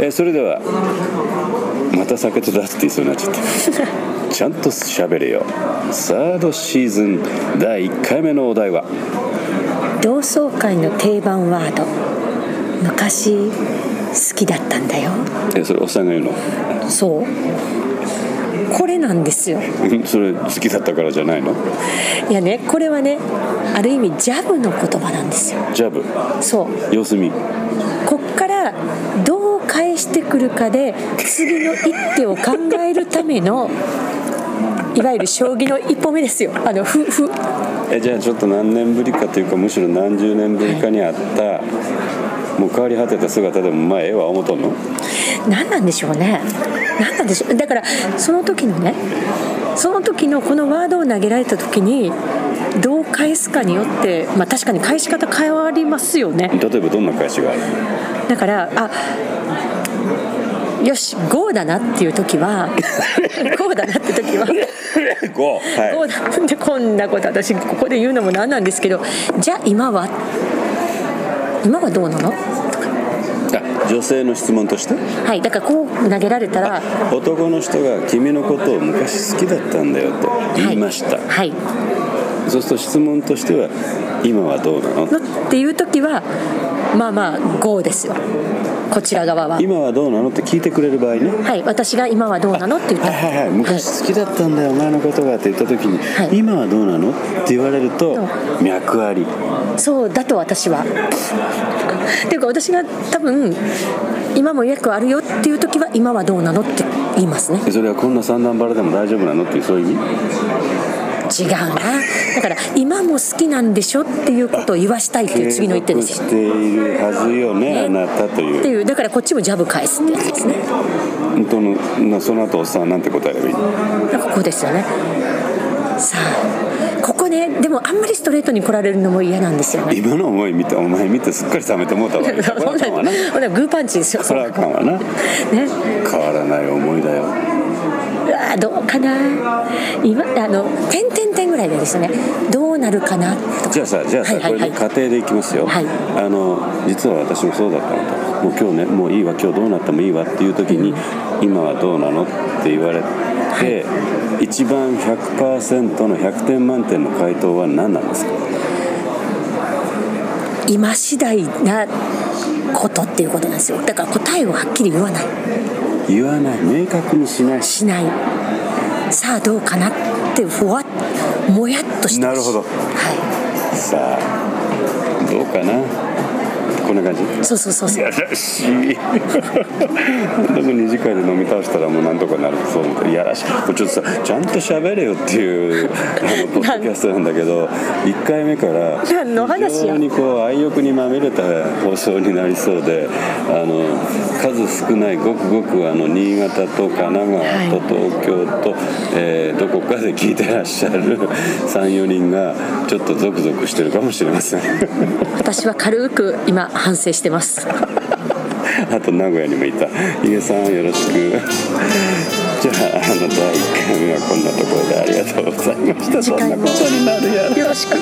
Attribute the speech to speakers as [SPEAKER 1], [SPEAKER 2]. [SPEAKER 1] えーそれではまた酒と出すって言いそうになっちゃったちゃんと喋れよサードシーズン第1回目のお題は
[SPEAKER 2] 同窓会の定番ワード昔好きだったんだよ
[SPEAKER 1] えーそれおっさんが言うの
[SPEAKER 2] そうこれなんですよ
[SPEAKER 1] うんそれ好きだったからじゃないの
[SPEAKER 2] いやねこれはねある意味ジャブの言葉なんですよ
[SPEAKER 1] ジャブ
[SPEAKER 2] そう
[SPEAKER 1] 様子見
[SPEAKER 2] こっからどう返してくるかで次の一手を考えるためのいわゆる将棋の一歩目ですよあのふふ
[SPEAKER 1] えじゃあちょっと何年ぶりかというかむしろ何十年ぶりかにあったもう変わり果てた姿でもまあええわ思うとんの
[SPEAKER 2] 何なんでしょうね何なんでしょうだからその時のねその時のこのワードを投げられた時にどう返すかによって、まあ、確かに返し方変わりますよね
[SPEAKER 1] 例えばどんな返しがある
[SPEAKER 2] だからあよし GO だなっていう時は GO だなって時は
[SPEAKER 1] ?5 はい
[SPEAKER 2] GO だなんでこんなこと私ここで言うのもなんなんですけどじゃあ今は今はどうなの
[SPEAKER 1] あ女性の質問として
[SPEAKER 2] はいだからこう投げられたら
[SPEAKER 1] 男の人が「君のことを昔好きだったんだよ」と言いました、
[SPEAKER 2] はい、はい
[SPEAKER 1] そうすると質問としては「今はどうなの?」
[SPEAKER 2] のっていう時はまあまあ GO ですよこちら側は
[SPEAKER 1] 今はどうなのって聞いてくれる場合ね
[SPEAKER 2] はい私が今はどうなのって言った
[SPEAKER 1] はい
[SPEAKER 2] ら
[SPEAKER 1] はいはい昔好きだったんだよお前のことがって言った時に「
[SPEAKER 2] はい
[SPEAKER 1] 今はどうなの?」って言われると脈あり
[SPEAKER 2] そうだと私は。 っていうか私が多分今もよくあるよっていう時は今はどうなのって言いますね
[SPEAKER 1] えそれはこんな三段腹でも大丈夫なのっていうそういう意味
[SPEAKER 2] 違うなだから今も好きなんでしょっていうことを言わしたいっていう次の一手ですよ
[SPEAKER 1] 継続しているはずよねあなたと
[SPEAKER 2] っ
[SPEAKER 1] い
[SPEAKER 2] て
[SPEAKER 1] う
[SPEAKER 2] いうだからこっちもジャブ返すってやつですね
[SPEAKER 1] 本当のなその後おっさんはなんて答えればいいの
[SPEAKER 2] ここですよねさあここねでもあんまりストレートに来られるのも嫌なんですよね
[SPEAKER 1] 今の思い見てお前見てすっかり冷めてもうたわこれ
[SPEAKER 2] そ
[SPEAKER 1] は
[SPEAKER 2] ん
[SPEAKER 1] あかんわな
[SPEAKER 2] なほらグーパンチですよ
[SPEAKER 1] それはあかんわな
[SPEAKER 2] ね
[SPEAKER 1] 変わらない思いだよ
[SPEAKER 2] うわーどうかな今あの点点点ぐらいでですねどうなるかなとか
[SPEAKER 1] じゃあさじゃあさ、
[SPEAKER 2] はいはいはい
[SPEAKER 1] これで家庭でいきますよ、
[SPEAKER 2] はい
[SPEAKER 1] あの実は私もそうだったのともう今日ねもういいわ今日どうなってもいいわっていう時に、今はどうなのって言われて、一番100%の100点満点の回答は何なんですか
[SPEAKER 2] 今次第なことっていうことなんですよだから答えをはっきり言わない
[SPEAKER 1] 言わない明確にしないし
[SPEAKER 2] しないさあどうかなってふわっもやっとしてほしい
[SPEAKER 1] なるほど
[SPEAKER 2] は
[SPEAKER 1] さあどうかなこんな感じ
[SPEAKER 2] いそうそうそうそう
[SPEAKER 1] やらしいでも二次会で飲み倒したらもうなんとかなるそう思っていやらしいもうちょっとさちゃんと喋れよっていうあのポッドキャストなんだけど1回目から
[SPEAKER 2] 何の話や
[SPEAKER 1] 非常にこう愛欲にまみれた放送になりそうであの数少ないごくごくあの新潟と神奈川と東京と、えーどこかで聞いてらっしゃる34人がちょっとゾクゾクしてるかもしれません
[SPEAKER 2] 私は軽く今反省してます
[SPEAKER 1] あと名古屋にもいた「家さんよろしく」じゃああの第1回目はこんなところでありがとうございました
[SPEAKER 2] 次
[SPEAKER 1] そん
[SPEAKER 2] 回
[SPEAKER 1] な
[SPEAKER 2] も
[SPEAKER 1] ことになるやろ
[SPEAKER 2] よろしく